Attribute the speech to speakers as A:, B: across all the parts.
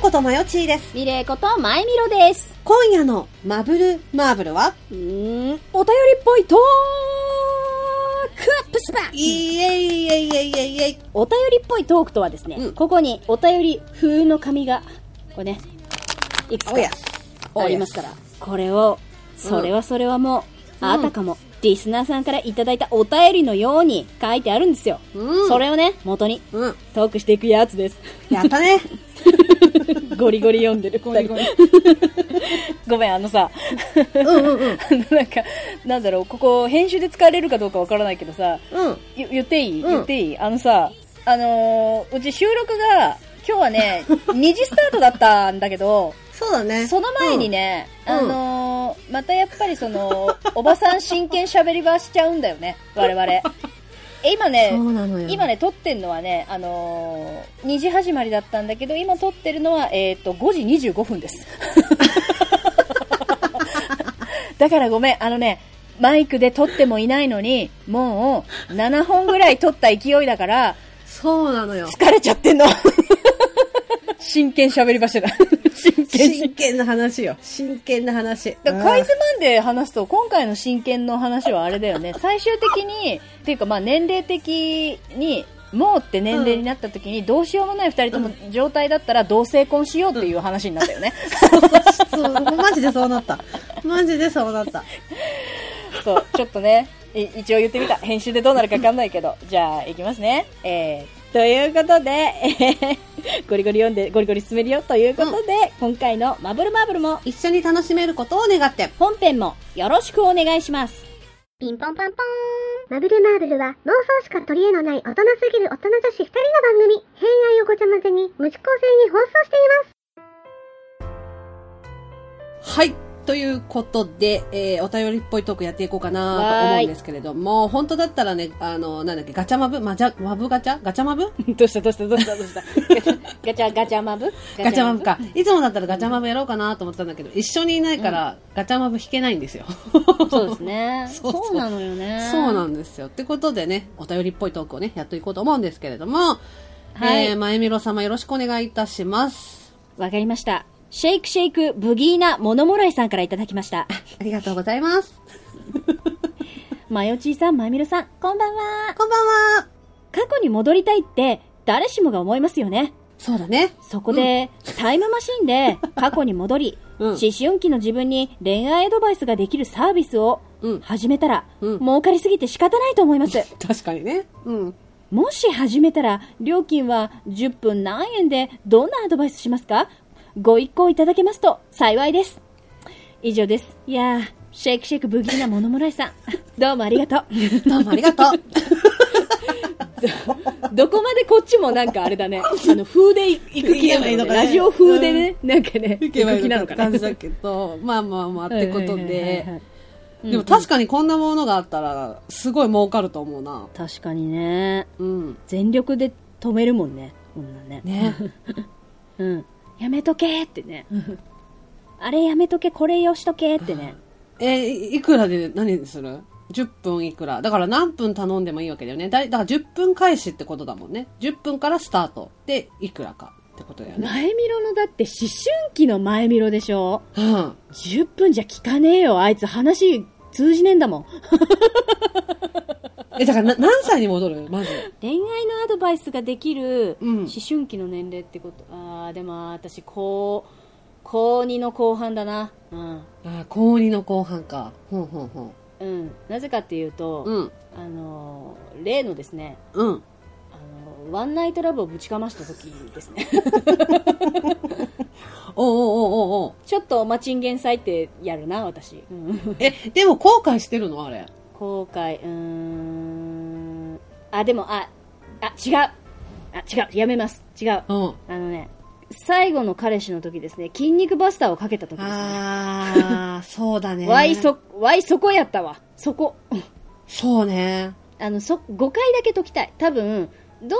A: ことまよちーです。
B: ミレイことまえみろです。
A: 今夜のマブルマーブルは、
B: うーん、お便りっぽいトークアップスパ
A: イエイイエイイエイイエイイエイ。
B: お便りっぽいトークとはですね、
A: うん
B: ここにお便り風の紙が、これね、いくつ
A: おや
B: か。ありますから、これを、それはそれはもう、
A: うん
B: あたかも、リスナーさんからいただいたお便りのように書いてあるんですよ。
A: うん
B: それをね、元に
A: うん。
B: トークしていくやつです。
A: やったね。
B: ゴリゴリ読んでる。
A: ゴリゴリ
B: 二人 ごめん、あのさ、
A: うんうんうん。
B: あの なんか、なんだろう、ここ、編集で使われるかどうかわからないけどさ、
A: うん。
B: ゆ言っていい、
A: うん
B: 言っていいあのさ、あのーうち収録が、今日 はね、2時スタートだったんだけど、
A: そうだね。
B: その前にね、
A: うん
B: あのーまたやっぱりその、おばさん真剣喋り場しちゃうんだよね、我々。 え、今
A: うん。
B: ね
A: そ、うなのよ。
B: 今ね、撮ってんのはね、あのー、2時始まりだったんだけど、今撮ってるのは、えっ、と、5時25分です。だからごめん、あのね、マイクで撮ってもいないのに、もう、7本ぐらい撮った勢いだから、
A: そうなのよ。
B: 疲れちゃってんの。真剣喋り場所だ。真剣
A: 真剣な話よ。真剣な話。
B: だからカイズマンで話すと、今回の真剣の話はあれだよ ね。最終的に、っていうかまあ年齢的に、もうって年齢になった時に、どうしようもない二人とも状態だったら同性婚しようっていう話になったよね。
A: そう、マジでそうなった。マジでそうなった。
B: そう、ちょっとね、い一応言ってみた。編集でどうなるかわかんないけ ど。じゃあ、いきますね。えー、ということで、 えーゴリゴリ読んで、ゴリゴリ進めるよ。ということで、今回のマブルマーブルも、
A: 一緒に楽しめることを願って。
B: 本編もよろしくお願いします。
C: ピンポンパンポーン。マブルマーブルは妄想しか取り柄のない大人すぎる大人女子2人の番組。偏愛をごちゃ混ぜに無視構成に放送しています。
A: はい。ということで、えー、お便りっぽいトークやっていこうかなと思うんですけれども、本当だったらね、あの、なんだっけ、ガチャマブまじゃ、マブガチャガチャマブ
B: どうしたどうしたどうしたどうしたガチャガチャマブ
A: ガチャマブか。いつもだったらガチャマブやろうかなと思ってたんだけど、一緒にいないから、ガチャマブ引けないんですよ。
B: そうですね
A: そうそう
B: なのよね
A: そうなんですよ。ってことでね、お便りっぽいトークをね、やっていこうと思うんですけれども、
B: はい
A: えー、まゆみろ様よろしくお願いいたします。
B: わかりましたシェイクシェイクブギーナモノモライさんからいただきまし
A: あ
B: た
A: りがとうございます。
B: マヨチーさんマミルさんこんばんは
A: こんばんは。
B: 過去に戻りたいって誰しもが思いますよね
A: そうだね。
B: そこで、タイムマシンで過去に戻り、
A: うん
B: 思春期の自分に恋愛アドバイスができるサービスを
A: うん
B: 始めたら、
A: うん
B: 儲かりすぎて仕方ないと思います
A: 確かにね。うん。
B: もし始めたら、料金は10分何円でどんなアドバイスしますかご一行いただけますと幸いです。以上です。いやー、シェイクシェイクブギーなモノモライさん。 どうもあ りがとう。
A: どうもありがとう。
B: どこまでこっちもなんかあれだ ね。あの、風でい行く気な
A: 行け
B: の
A: ばいいのか
B: よね。
A: ね
B: ラジオ風でね、なんかね、行く気なのかな。
A: 感じだけど、まあまあまあ、ってこと
B: はいはいはいはいは
A: で
B: い。。
A: でも確かにこんなものがあったら、すごい儲かると思うな。
B: 確かにね、
A: うん。
B: 全力で止めるもんね。こんなね。
A: ね。
B: うん。やめとけーってね。あれやめとけ、これよしとけーってね。
A: えーいいくらで何にする ?10 分いくら。だから何分頼んでもいいわけだよね。だいだから10分開始ってことだもんね。10分からスタート。で、いくらかってことだよね。
B: 前見ろのだって思春期の前見ろでしょ
A: うん。
B: 10分じゃ聞かねえよあいつ話通じねえんだもん
A: え、だからな何歳に戻るまず。
B: 恋愛のアドバイスができる
A: うん
B: 思春期の年齢ってこと、ああでも私高高2の後半だなうん、
A: ああ、高2の後半か。ほんほんほん。
B: うん、なぜかっていうと、
A: うん。
B: あのー例のですね
A: うん。
B: あのーワンナイトラブをぶちかました時ですね
A: おうおうおうおうおう
B: ちょっとマチンゲン祭ってやるな私、うん
A: え、でも後悔してるのあれ。
B: 後悔うーんあでもああ違うあ違うやめます違う
A: うん。
B: あのね最後の彼氏の時ですね筋肉バスターをかけた時ですね
A: ああ、そうだね。
B: わいそわいそこやったわそこ
A: そうね。
B: あのそ5回だけ解きたい多分ど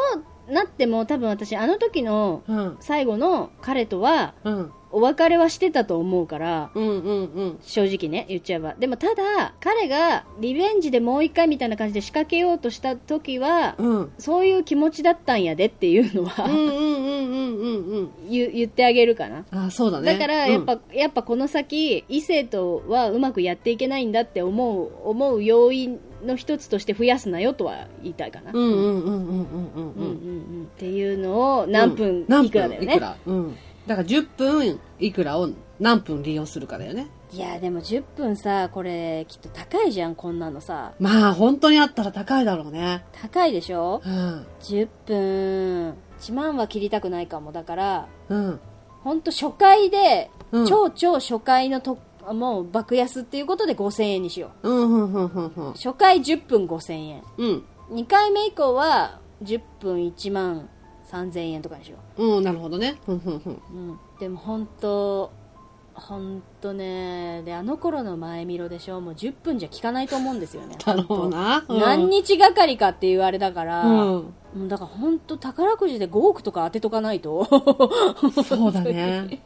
B: うなっても多分私あの時の
A: うん。
B: 最後の彼とは
A: うん。
B: お別れはしてたと思うから、
A: うんうんうん。
B: 正直ね、言っちゃえば。でもただ、彼がリベンジでもう一回みたいな感じで仕掛けようとした時は、
A: うん。
B: そういう気持ちだったんやでっていうのは、
A: うんうんうんうんうんうん。
B: 言言ってあげるかな。
A: あ、そうだね。
B: だからやっぱ、
A: うん
B: やっぱこの先異性とはうまくやっていけないんだって思う思う要因の一つとして増やすなよとは言いたいかな、
A: うんうんうんうんうんうん
B: うん
A: う
B: うん
A: ん。
B: うんっていうのを何分
A: 何
B: いくらだよね、
A: いくらうん。だから10分いくらを何分利用するかだよね。
B: いやでも10分さこれきっと高いじゃんこんなのさ
A: まあ、本当にあったら高いだろうね。
B: 高いでしょ
A: うん。
B: 10分1万は切りたくないかもだから
A: うん。
B: ほんと初回で、
A: うん
B: 超超初回のともう爆安っていうことで5000円にしよう
A: うん、うん、うん、うん、うん。
B: 初回10分5000円
A: うん。
B: 2回目以降は10分1万3000円とかにしよ
A: うん、なるほどね。うん、うん、うん。
B: う、うん、でも本当本当ねであの頃の前見ろでしょもう10分じゃ効かないと思うんですよね
A: だろうな。 うん
B: 何日がかりかっていうあれだから、
A: う
B: も
A: ん。
B: うだから本当宝くじで5億とか当てとかないと
A: そうだ ね。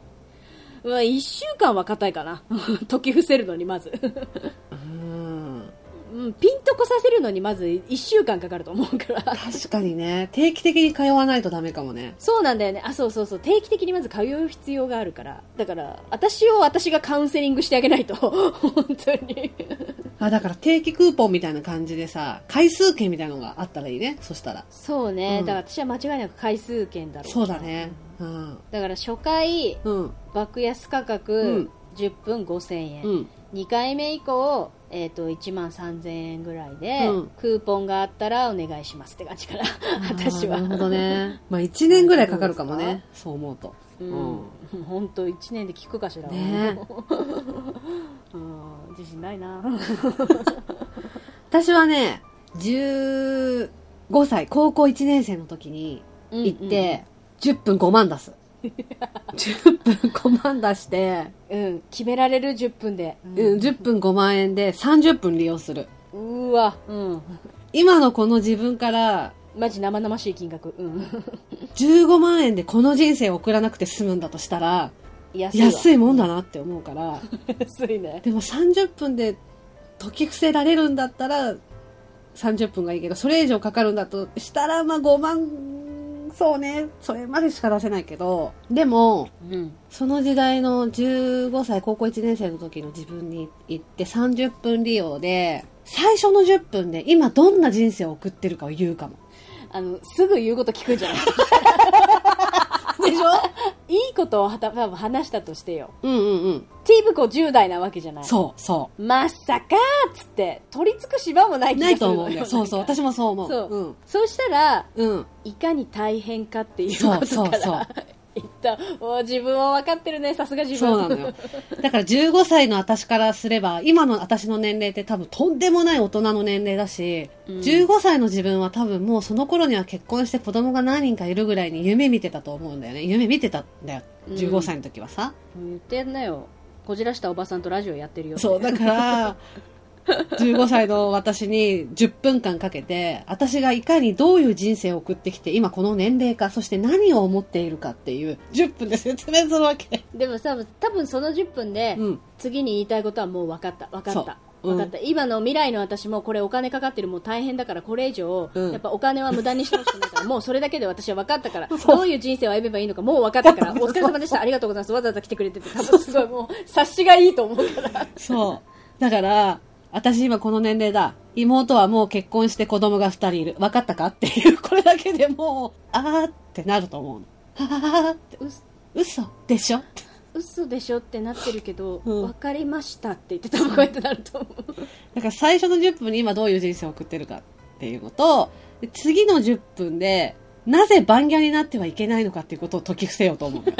B: うわ1週間は硬いかな 解き伏せるのにまず、
A: うん。
B: うん、ピンとこさせるのにまず1週間かかると思うから
A: 確かにね、定期的に通わないとダメかもね。
B: そうなんだよね。あ、そうそうそう。定期的にまず通う必要があるから。だから、私を私がカウンセリングしてあげないと。 本当に。
A: あ、だから定期クーポンみたいな感じでさ、回数券みたいなのがあったらいいね。そしたら。
B: そうね。
A: うん
B: だから私は間違いなく回数券だろう。
A: そうだ。ね。うん。
B: だから初回、
A: うん。
B: 爆安価格、10分5000円。
A: うん。
B: 2回目以降、えっ、と、1万3000円ぐらいで、
A: うん
B: クーポンがあったらお願いしますって感じかな。私は。
A: あーなるほど ね。まあ、1年ぐらいかかるかも
B: どうで
A: ね。そう思うと。
B: うん、もう 本当1年で聞くかしら、
A: ね
B: うん、自信ないな
A: 私はね、15歳、高校1年生の時に行って、10分5万出 す。10分5万出して、
B: うん、決められる10分で。う
A: うん、10分5万円で30分利用する。
B: うーわ、うん。
A: 今のこの自分から
B: マジ生々しい金額。うん。
A: 15万円でこの人生を送らなくて済むんだとしたら、
B: 安いわ。
A: 安いもんだなって思うから、
B: 安いね。
A: でも30分で解き伏せられるんだったら30分がいいけど、それ以上かかるんだとしたら、まあ5万、そうね、それまでしか出せないけど、でも、
B: うん。
A: その時代の15歳、高校1年生の時の自分に行って30分利用で、最初の10分で今どんな人生を送ってるかを言うかも。
B: あの、すぐ言うこと聞くんじゃない
A: でしょ
B: いいことをはた多分話したとしてよ。
A: うんうんうん。
B: ティーブコ10代なわけじゃない。
A: そうそう。
B: まさかーっつって、取り付く島もない 気が
A: な
B: す
A: い
B: る
A: と
B: のよ
A: 思うんだよ。そうそう。
B: なんか
A: 私もそう思う。
B: そう。そうしたら、
A: うん。うん。
B: いかに大変かっていうことから。
A: そうそうそ う
B: 一旦、お自分は分かってるね、さすが 自分。
A: そうなのよ。だから15歳の私からすれば、今の私の年齢って多分とんでもない大人の年齢だし、
B: うん
A: 15歳の自分は多分もうその頃には結婚して子供が何人かいるぐらいに夢見てたと思うんだよね。夢見てたんだよ。
B: うん
A: 15歳の時は さ。
B: 言ってんなよ。こじらしたおばさんとラジオやってるよ。
A: そう、だから、15歳の私に10分間かけて、私がいかにどういう人生を送ってきて、今この年齢か、そして何を思っているかっていう、10分で説明するわけ。
B: でもさ多分その10分で、
A: うん
B: 次に言いたいことはもう分かった分かった
A: そううん
B: 分かった、今の未来の私もこれお金かかってるもう大変だからこれ以上、
A: うん
B: やっぱお金は無駄にしてほしくな いからもうそれだけで私は分かったからどういう人生を歩めばいいのかもう分かったからお疲れ様でしたありがとうございますわざわざ来てくれてて多分すごいもう察しがいいと思うから
A: そう。だから、私今この年齢だ。妹はもう結婚して子供が2人いる。分かったかっていう、これだけでもう、あーってなると思うの。あーって、
B: う
A: 嘘でしょ
B: 嘘でしょってなってるけど、
A: うん
B: 分かりましたって言って多分こうやってなると思う
A: だから最初の10分に今どういう人生を送ってるかっていうことを、で次の10分で、なぜ番ギャになってはいけないのかっていうことを解き伏せようと思うのよ。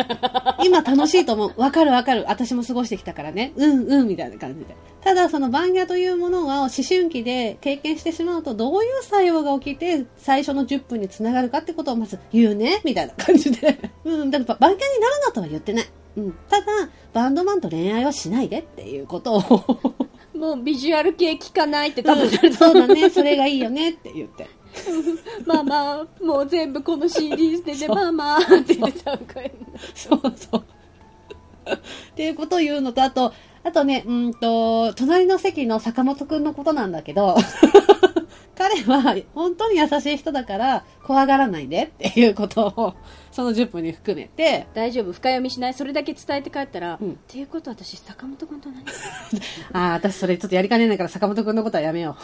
A: 今楽しいと思う。わかるわかる。私も過ごしてきたからね。うんうん、みたいな感じで。ただ、その番ギャというものは思春期で経験してしまうと、どういう作用が起きて、最初の10分につながるかってことをまず言うね、みたいな感じで。うん、でも番ギャになるなとは言ってない。うん、ただ、バンドマンと恋愛はしないでっていうことを。
B: もうビジュアル系聞かないって多分なると
A: そ
B: 思
A: うだね、それがいいよねって言 って。
B: うまあまあもう全部この CD 捨ててまあまあって言って多分こうやって
A: そうそう。っていうことを言うのと、あと、あとね、うんと、隣の席の坂本くんのことなんだけど、 彼は本当に優しい人だから怖がらないでっていうことを、その10分に含めて、
B: 大丈夫深読みしないそれだけ伝えて帰ったら、
A: うん
B: っていうことは私坂本君と何
A: ああ、私それちょっとやりかねないから坂本くんのことはやめよ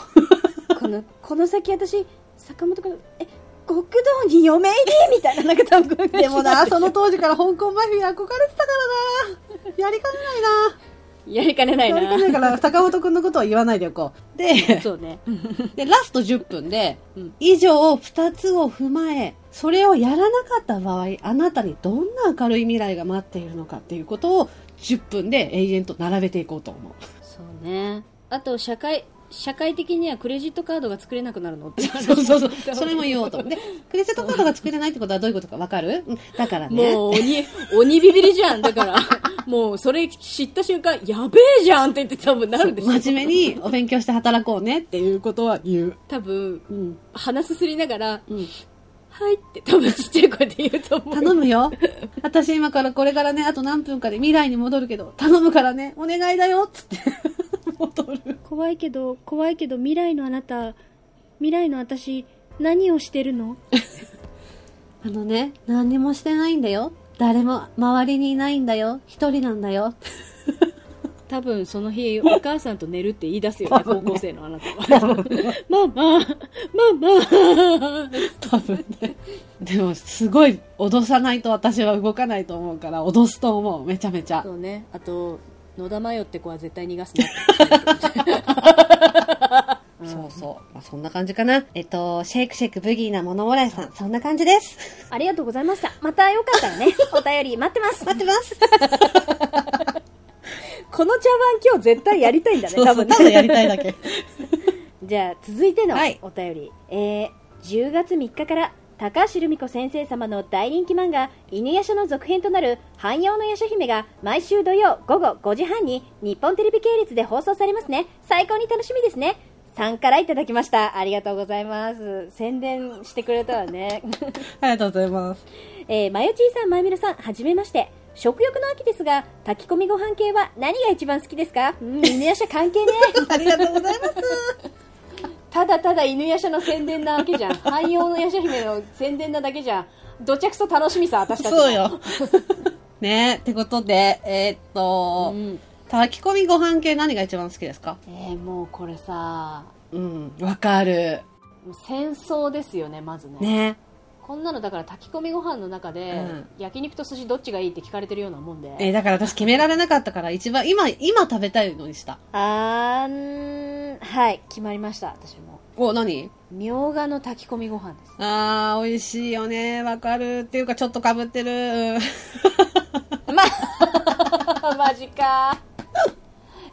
B: このこの先私坂本君え極道に嫁入りみたいななんか多 分
A: う。でもな、その当時から香港マフィア憧れてたからな。やりかね
B: やりかねない
A: ないな。やりかねない
B: な
A: から坂本くんのことは言わないでおこう。で、
B: そうね
A: で、ラスト10分で、
B: うん
A: 以上2つを踏まえ、それをやらなかった場合、あなたにどんな明るい未来が待っているのかっていうことを10分で永遠と並べていこうと思う。
B: そうねあと社会社会的にはクレジットカードが作れなくなる のって
A: そうそうそう。 それも言おうと思う。で、クレジットカードが作れないってことはどういうことかわかるうんだからね。
B: もう鬼鬼ビビりじゃんだからもうそれ知った瞬間やべえじゃんって言って多分なるでしょ
A: 真面目にお勉強して働こうねっていうことは言う。
B: 多分
A: うん。
B: 鼻すすりながら
A: うん。
B: はいって多分ちっちゃい声で言うと思う
A: 頼むよ。私今からこれからね、あと何分かで未来に戻るけど、頼むからね、お願いだよっつって 戻る。
B: 怖いけど怖いけど未来のあなた未来の私何をしてるの
A: あのね、何にもしてないんだよ。誰も周りにいないんだよ。一人なんだ よ。
B: 多分その日お母さんと寝るって言い出すよね高校生のあなたは ママママ
A: 多分ね。でも、すごい脅さないと私は動かないと思うから、脅すと思う。めちゃめちゃ
B: そ。うねあと野田真世って子は絶対逃がすな
A: そうそう。まあ、そんな感じかな。えっと、シェイクシェイクブギーなモノモライさん、そんな感じです。
B: ありがとうございましたまたよかったら ねお便り待ってます
A: 待って ます。
B: この茶番今日絶対やりたいんだね
A: そう
B: 多
A: そ
B: 分
A: う、ただやりたいだけ。
B: じゃあ続いての
A: はい
B: お便り、えー10月3日から高橋留美子先生様の大人気漫画「犬夜叉」の続編となる「汎用の夜叉姫」が毎週土曜午後5時半に日本テレビ系列で放送されますね最高に楽しみですね3からいただきましたありがとうございます宣伝してくれたわね
A: ありがとうございます。
B: えー、まよちーさん、まゆみろさん、はじめまして。食欲の秋ですが、炊き込みご飯系は何が一番好きですかうん、犬夜叉関係ね
A: ありがとうございます。
B: ただただ犬夜叉の宣伝な わけじゃん。汎用の夜叉姫の宣伝なだけじゃん。どちゃくそ楽しみさ、私たちも
A: そう。よ。 ねってことで、えーっ
B: う
A: と、
B: ん。
A: 炊き込みご飯系何が一番好きですか
B: えー、もうこれさ、
A: うん、わかる。
B: もう戦争ですよね、まずね。
A: ね
B: こんなのだから炊き込みご飯の中で、
A: うん
B: 焼肉と寿司どっちがいいって聞かれてるようなもんで。
A: えーだから私決められなかったから一番、今、今食べたいのにした。
B: あーん、はい、決まりました、私も。
A: お、何
B: みょうがの炊き込みご飯 です。
A: あー、美味しいよね。わかる。っていうか、ちょっと被ってる。 うん
B: まあ、マジか。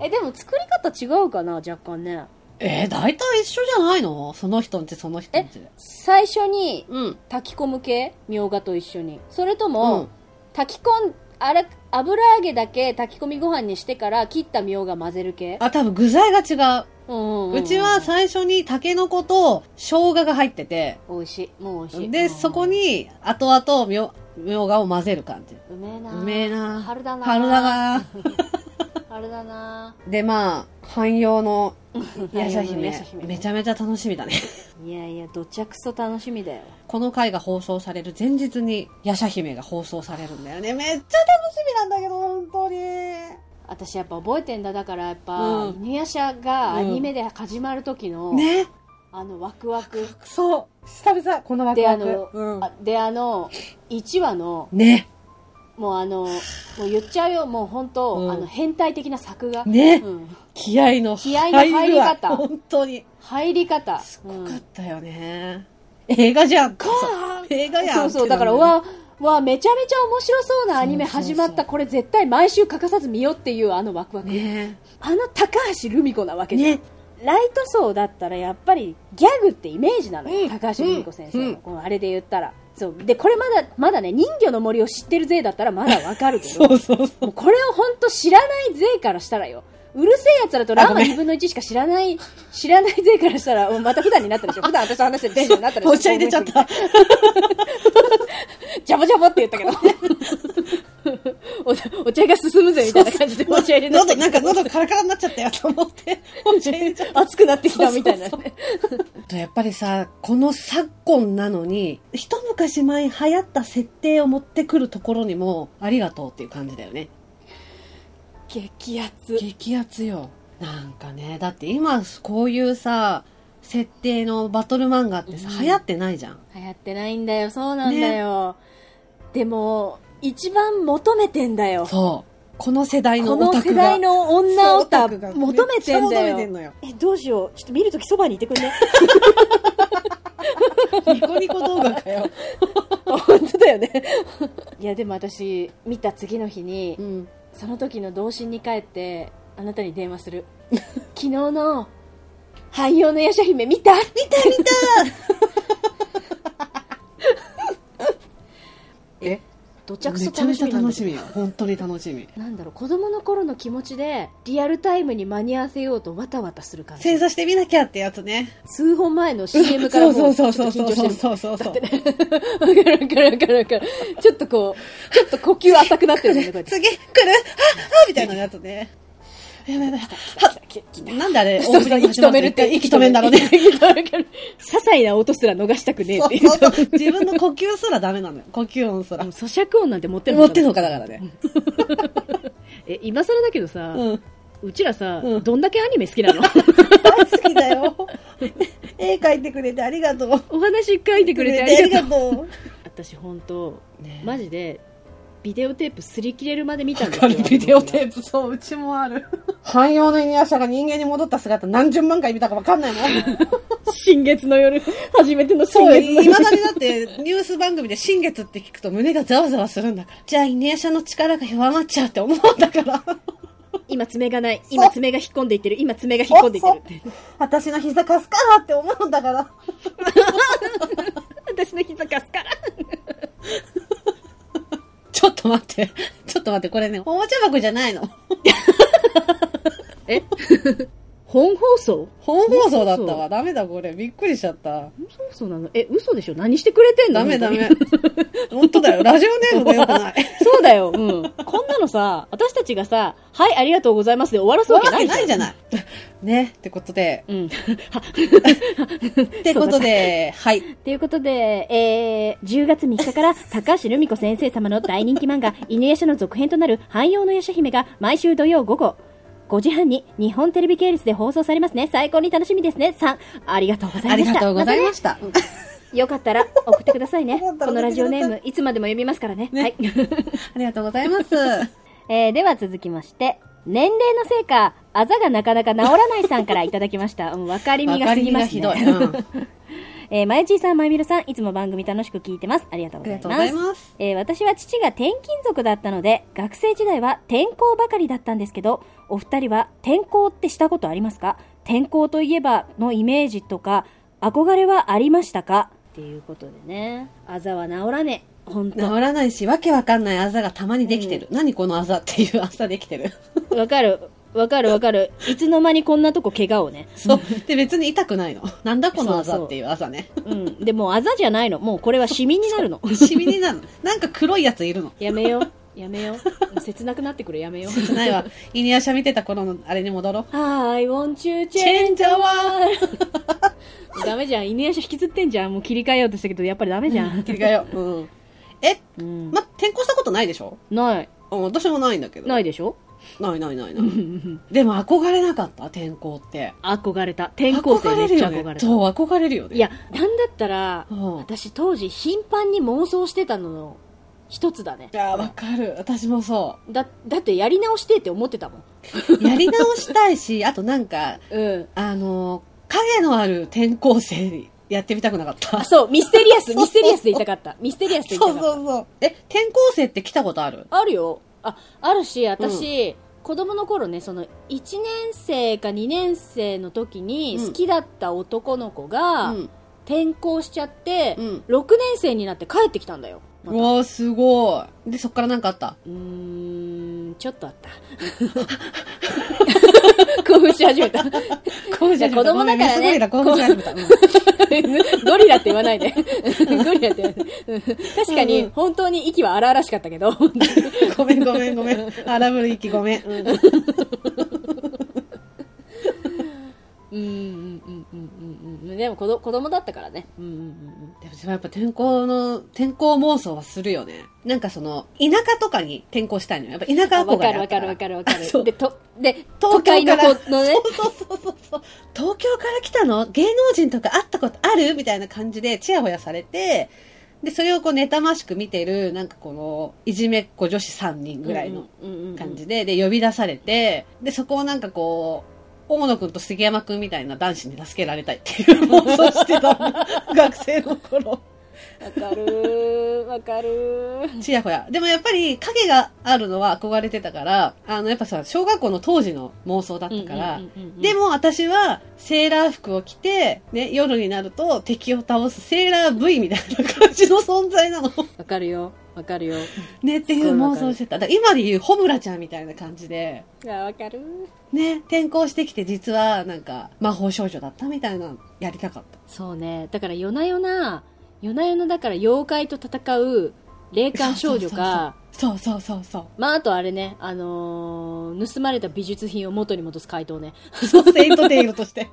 B: え、でも作り方違うかな、若干ね。
A: えー、大体一緒じゃないのその人んち、その人んちで。
B: 最初に
A: うん。
B: 炊き込む系みょうがと一緒に。それと
A: う
B: も、
A: ん。
B: 炊き込ん、あら、油揚げだけ炊き込みご飯にしてから切ったみょうが混ぜる系
A: あ、多分具材が違う。
B: うんうんん
A: うちは、最初にタケノコと生姜が入ってて、
B: 美味しい。もう美味しい。う
A: で、
B: ん
A: そこ。に後々みょ、みょうがを混ぜる感じ。
B: うめえな。
A: う めえな
B: 春だな。
A: 春だ。が。
B: 春 だな。
A: で、まあ、汎用の夜叉
B: 汎用の
A: 姫
B: 夜叉姫
A: めちゃめちゃ楽しみだね。
B: いやいや、どちゃくそ楽しみだよ。
A: この回が放送される前日に夜叉姫が放送されるんだよね。めっちゃ楽しみなんだけど、本当に。
B: 私やっぱ覚えてんだだからやっぱ、
A: うん
B: 犬夜叉がアニメで始まる時の、
A: ね。
B: あのワクワク
A: そう。久々、このワク
B: で
A: ワ
B: あ
A: ク。
B: の、
A: うん
B: あであの1話の
A: ね。
B: もうあのもう言っちゃうよもう本当、
A: うん
B: あの変態的な作画、
A: ね。
B: うん、
A: 気合の
B: 気合の入り方
A: わ本当に。
B: 入り方
A: すご
B: う
A: か
B: ん
A: ったよね。映画じゃん。
B: ー
A: 映画やん。
B: そうそうだから
A: ってなる
B: わわめちゃめちゃ面白そうなアニメ始ま
A: そうそ
B: った
A: うそう
B: これ絶対毎週欠かさず見ようっていうあのワクワク、
A: ね
B: あの高橋留美子なわけじゃん
A: ね。
B: ライト層だったらやっぱりギャグってイメージなのよ、
A: うん
B: 高橋留美子先生の、
A: うん
B: このあれで言ったらそうでこれまだまだね人魚 の森を知ってる勢だったらまだわかるけど
A: そうそうそう。
B: もうこれを本当知らない勢からしたらようるせえやつらとラー
A: あご
B: マ
A: めん
B: 2分の1しか知らない、知らない勢からしたら、もうまた普段になったでしょ。普段私と話してるテンションになったでしょ。
A: お茶入れちゃった。
B: ジャボジャボって言ったけど。お茶 お茶が進むぜみたいな感じでお茶入れになった
A: 喉、
B: けど
A: なんか喉カラカラになっちゃったよと思って、お茶入れちゃった。
B: 熱くなってきたみたいな
A: そう
B: ね。
A: とやっぱりさこの昨今なのに一昔前に流行った設定を持ってくるところにもありがとうっていう感じだよね
B: 激アツ。
A: 激アツよなんかねだって今こういうさ設定のバトル漫画ってさ、
B: うん
A: 流行ってないじゃん
B: 流行ってないんだよ、そうなんだよ。でも、一番求めてんだよ。
A: そうこの世代の
B: こ
A: オ
B: の
A: タ
B: 世
A: クが
B: 代の女オタ、
A: そうが
B: 求めて
A: めっちゃ
B: んだ
A: 求めてん
B: よ。
A: のよ
B: え、どうしよう。ちょっと見るときそばにいてくんね。
A: ニコニコ動画かよ、
B: 本当だよね。 いや、でも私、見た次の日に、
A: うん、
B: その時の童心に帰って、あなたに電話する。昨日の、汎用の夜叉姫見た見た見た
A: え
B: どちゃ
A: め
B: くそ
A: ちゃめ
B: 楽し
A: ちゃ
B: みなんだ
A: 楽
B: け
A: し
B: ど
A: みよ本当に楽しみ
B: なんだろう、子供の頃の気持ちで、リアルタイムに間に合わせようとわたわたする感じ
A: 正。座してみなきゃってやつね
B: 数本前の CM からもうちょっと緊張してる。
A: そうそうそうそうそうそう
B: わかるわかるわかるわかる。ちょっとこう、ちょっと呼吸浅くなってるもんね、こうやって。
A: 次来るああみたいなやつねやばいやばいはなんであれオ
B: そう
A: ープ
B: そう、
A: ニング
B: 息
A: 始ま
B: 止めるって。
A: 息止めんだろうね
B: 息止めるから。些細な音すら逃したくねえ
A: そう
B: っていう。
A: そうそう自分の呼吸すらダメなのよ呼吸音すら
B: 咀嚼音なんて持ってる
A: 持ってんのかだからね
B: え、今更だけどさ
A: うん
B: うちらさ
A: うん
B: どんだけアニメ好き なの
A: 大好きだよ絵描いてくれてありがとう
B: お話書いて
A: ありがと
B: 私本当
A: うね
B: マジで、ビデオテープ擦り切れるまで見たんですよ。
A: ビデオテープそううちもある汎用の犬やしゃが人間に戻った姿何十万回見たか分かんないもん
B: 新月の夜、初めての新
A: そう、
B: 月の
A: い
B: 夜
A: ま。だにだって、ニュース番組で新月って聞くと胸がざわざわするんだから。じゃあ、イネアシャの力が弱まっちゃうって思うんだから。
B: 今爪がない。今爪が引っ込んでいってる。今爪が引っ込んでいってる。
A: 私の膝貸すからって思うんだから。
B: 私の膝貸すから。
A: ちょっと待って。ちょっと待って、これね、おもちゃ箱じゃないの。
B: え 本放送
A: 本放送だった
B: 本放
A: わ。ダメだ、これ。びっくりしちゃった。
B: 本放送なのえ、嘘でしょ何してくれてんの
A: ダメダ。メ
B: 本。
A: 本当だよ。ラジオネームが良くない。
B: 当に そうだよ。うん。こんなのさ、私たちがさ、はい、ありがとうございますで終わらすわけ
A: わ
B: な
A: け
B: いじゃ。
A: なんいじゃない。 ね。ってことで。
B: うん。
A: ってことで、はい。
B: ということで、えー、10月3日から高橋留美子先生様の大人気漫画、犬夜叉の続編となる汎用の夜叉姫が毎週土曜午後5時半に日本テレビ系列で放送されますね。最高に楽しみですね。3、ありがとうござ
A: あり
B: いました。
A: がとうござい
B: ま
A: ました。
B: たねよかったら送ってくださいね。
A: よかった
B: こ
A: ら
B: のラジオネー
A: 送っ
B: ム、いつまでも読みますからね。
A: ね
B: はい。
A: ありがとうござい ます。
B: えー、では続きまして、年齢のせいか、あざがなかなか治らないさんからいただきました。 うん、わかりみが過ぎますね。
A: わかりみがひどい。うん
B: えー、まゆちーさん、まゆみろさん、いつも番組楽しく聞いてます。ありがとう
A: あ
B: ご
A: り
B: ざい
A: がとうご
B: ま
A: ざ
B: す
A: い。ます。
B: えー私は父が転勤族だったので学生時代は転校ばかりだったんですけどお二人は転校ってしたことありますか転校といえばのイメージとか憧れはありましたかっていうことでねあざは治らねえ本
A: 治らないし、わけわかんないあざがたまにできてる。何このあざっていうあざできてる。
B: 当わかるわかるわかるいつの間にこんなとこ怪我をね
A: そう。で、別に痛くないの。なんだこのあざっていうあざね。
B: うんでもうあざじゃないのもうこれはシミになるの
A: シミになるの。なんか黒いやついるの。
B: やめようやめよう切なくなってくるやめよう
A: ないわ。イニアシャ見てた頃のあれに戻ろう。
B: I want you
A: チェ
B: change
A: ンジャワー
B: ダメじゃん犬やし引きずってんじゃんもう切り替えようとしたけどやっぱりダメじゃん
A: 切り替えよう。うん。え、
B: うん
A: ま、転校したことないでしょ
B: ない
A: うん私もないんだけど。。
B: ないいでしょ
A: ないないないない。でも憧れなかった転校って。
B: 憧れた転校生
A: 憧
B: め
A: れ
B: っ
A: る
B: ちゃ
A: よ
B: 憧れ
A: ね。
B: た、
A: そう、憧れるよね。
B: いやなんだったら
A: うん
B: 私当時頻繁に妄想してたのの一つだね
A: いや、わかる。私もそう。
B: だだってやり直してって思ってたもん
A: やり直したいし、あとなんか、
B: うん
A: あの、影のある転校生やってみたくなかった。
B: あ そうミステリア
A: そうそ
B: ス
A: うそう
B: ミステリアスでいたかったミステリアスでいた
A: そ
B: か
A: う
B: った
A: そうそう。え、転校生って来たことある
B: あるよああるし私、子供の頃ねその1年生か2年生の時に
A: うん
B: 好きだった男の子が、
A: うん。
B: 転校しちゃって、
A: うん。
B: 6年生になって帰ってきたんだよ、ま
A: う
B: た
A: わーすご い。で、そっからなんかあった
B: うーんちょっとあった興奮し始めた。
A: 子
B: いや子供だからね
A: ごめんねすごいな興奮 し始めた。うん
B: ゴリラって言わないで。 ゴリラって言わないうん確か
A: うんう
B: に
A: ん、
B: 本当に息は荒々しかったけど。
A: ごめんごめんごめ ん。荒ぶる息ごめん。うん
B: うんうんうんうんうんうん。でも子ど子供だったからね。
A: うんうんうんでも自分はやっぱ転校の、転校妄想はするよね。なんかその、田舎とかに転校したいのよ。やっぱ田舎
B: わ
A: 憧
B: か
A: れ
B: る
A: だ
B: わ
A: か。
B: からるわかるわか
A: そ
B: る。
A: う
B: で、と、で、
A: 東京
B: 都会
A: か
B: の
A: ら
B: 子のね。
A: そうそうそうそう東京から来たの芸能人とか会ったことあるみたいな感じでチヤホヤされて、で、それをこう妬ましく見てる、なんかこの、いじめっ子女子3人ぐらいの感
B: 感
A: じで、で、呼び出されて、で、そこをなんかこう、大野くんと杉山くんみたいな男子に助けられたいって いう妄想してたの学生の頃。
B: わかるーわかるー
A: ちやほや。でもやっぱり影があるのは憧れてたから、あの、やっぱさ、小学校の当時の妄想だったから、
B: うんうんうんうん
A: でも私はセーラー服を着て、ね、夜になると敵を倒すセーラー V みたいな感じの存在なの。
B: わかるよわかるよ
A: ね、っていう妄想をしてた。だから今で言うホムラちゃんみたいな感じで、
B: あわかるー
A: ね、転校してきて実はなんか魔法少女だったみたいなのやりたかった。
B: そうねだから夜な夜な夜な夜なだから妖怪と戦う霊感少女か
A: そうそうそうそう。
B: まああとあれねあのー盗まれた美術品を元に戻す怪盗ね
A: そうそう、セイントデイルとして。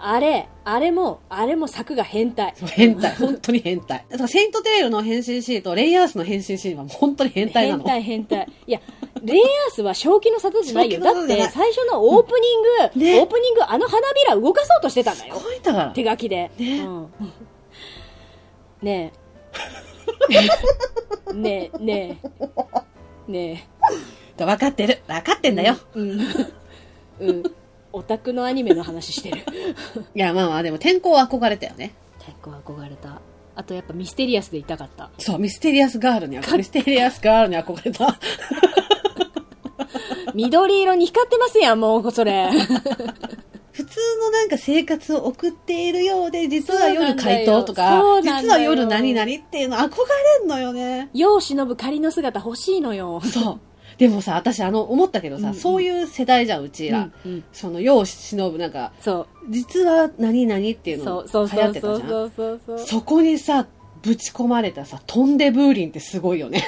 B: あれあれもあれも作が変態
A: そう 変態。本当に変態。 だから、セイントテールの変身シーンと、レイアースの変身シーンは本当に変態な
B: 変
A: の。
B: 態変態いやレイアースは正気の沙汰じゃないよ
A: 正気の
B: だ
A: 沙汰
B: っ
A: じゃない
B: て最初のオープニング、
A: うんね
B: オープニングあの花びら動かそうとしてたんだよ
A: すごいだから。
B: 手書きで。
A: ね
B: うん、 ねえ。ねえ、ねえ。ね
A: 分かってる。分かって
B: え。
A: んだよ。。
B: うん。うん。オタクのアニメの話してる。
A: いや、まあまあ、でも転校は憧れたよね。
B: 結構憧れた。あとやっぱミステリアスでいたかった。
A: そう、ミステリアスガールに憧れミステリアスガールに憧れた。
B: 緑色に光ってますやん、もう、それ。
A: 普通のなんか生活を送っているようで、実は
B: そうな
A: 夜
B: んだよ
A: 回答とか
B: そ、うなん
A: 実
B: だ
A: は
B: よ
A: 夜何々っていうの憧れんのよね。
B: 世を忍ぶ仮の姿欲しいのよ。
A: そう。でもさ、私、あの、思ったけどさ、
B: うんうん
A: そういう世代じゃん、うちら。
B: うんうん
A: その、世を忍ぶ、なんか、
B: そ。
A: 実は何々っていうう
B: そ
A: の
B: うそう
A: が流行っ
B: そう
A: て
B: そ
A: た
B: う
A: じゃん。
B: そうそうそう。
A: そこにさ、ぶち込まれたさ、飛んでブーリンってすごいよね。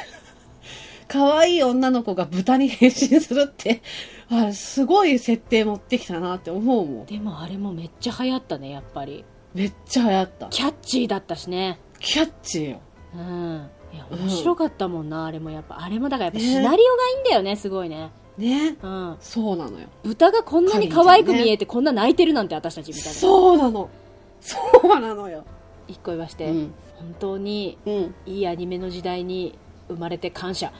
A: 可愛い女の子が豚に変身するって、あれ、すごい設定持ってきたなって思うもん。
B: でもあれもめっちゃ流行ったね、やっぱり。
A: めっちゃ流行った。
B: キャッチーだったしね。
A: キャッチーよ。
B: うんいや
A: うん
B: 面白かったもんな、あれもやっぱあれもだからやっぱ
A: ね
B: シナリオがいいんだよねすごいね、
A: ね。
B: うん、
A: そうなのよ。
B: 豚がこんなに可愛く見えてこんな泣いてるなんて私たちみたいな
A: そうなの。そうなのよ。
B: 一個言わして、
A: うん。
B: 本当に
A: うん。
B: いいアニメの時代に生まれて感謝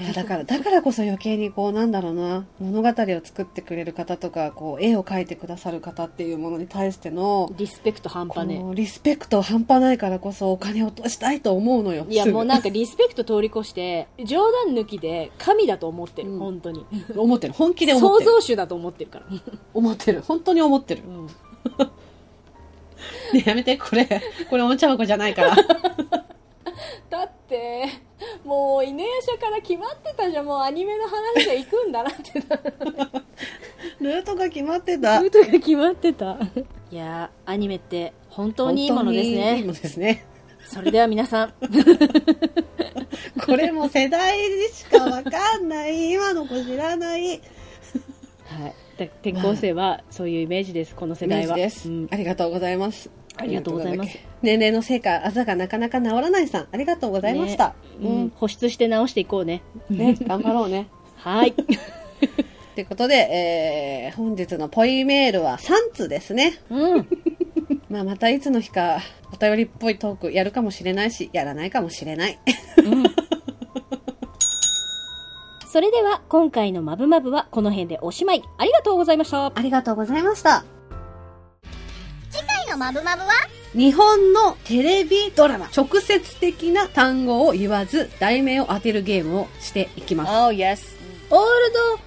A: いや、だから、だからこそ余計にこう、なんだろうな、物語を作ってくれる方とか、こう、絵を描いてくださる方っていうものに対しての、
B: リスペクト半
A: こ
B: 端ね
A: のリスペクト半端ないからこそお金落としたいと思うのよ。
B: いや
A: すぐ
B: もうなんかリスペクト通り越して冗談抜きで神だと思ってる、
A: うん
B: 本当に
A: 思ってる。本気で思っ
B: 創
A: てる。
B: 造主だと思ってるから、
A: 思ってる。本当に思ってる
B: う。 ん
A: ね、やめて、これ。これおもちゃ箱じゃない から。
B: だってもう犬夜叉から決まってたじゃんもうアニメの話で行くんだな って
A: ルートが決まってた。
B: ルートが決まってたいやーアニメって本当にいいものです
A: 本当に いい
B: ね
A: ものですね。
B: それでは皆さん
A: これも世代にしかわかんない。 今の子知らない。
B: はい転校生はそういうイメージですこの世代は
A: イメージです、
B: うん
A: ありがとうございます。
B: ありがとうございます
A: 年齢のせいか、あざがなかなか治らないさん、ありがとうございました。
B: うん、保湿して直していこうね
A: うん。ね、頑張ろうね。
B: はい
A: ということで、えー、本日のポイメールは3通ですね。
B: うん
A: まあ、またいつの日か、お便りっぽいトークやるかもしれないし、やらないかもしれない。
B: それでは今回の「まぶまぶ」はこの辺でおしまいありがとうございました
A: ありがとうございました。
C: 回のマブマブは
A: 日本のテレビドラマ、直接的な単語を言わず、題名を当てるゲームをしていきます。
B: Oh yes オール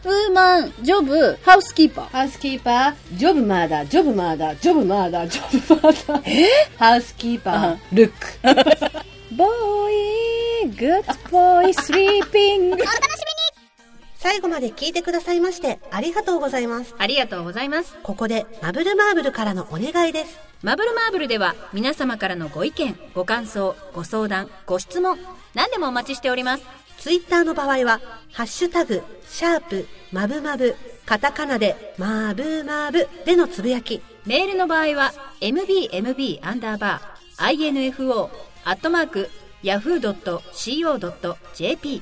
B: ドウーマンジョブハウスキーパー
A: ハウスキーパー、ジョブマーダー、ジョブマーダー、ジョブマーダー、ジョブマーダー。えハウスキーパー、ルック。
B: ボーイグッドボーイスリーピング
C: お楽しみに
A: さ
D: 最後まで聞いてくださいましてありがとうございます。
E: ありがとうございます。
D: ここでマブルマーブルからのお願いです。
E: マブルマーブルでは皆様からのご意見、ご感想、ご相談、ご質問、何でもお待ちしております。
D: ツイッターの場合は、ハッシュタグ、シャープ、マブマブ、カタカナで、マブマブでのつぶやき、
E: メールの場合は mbmb アンダーバー info アットマーク yahoo.co.jp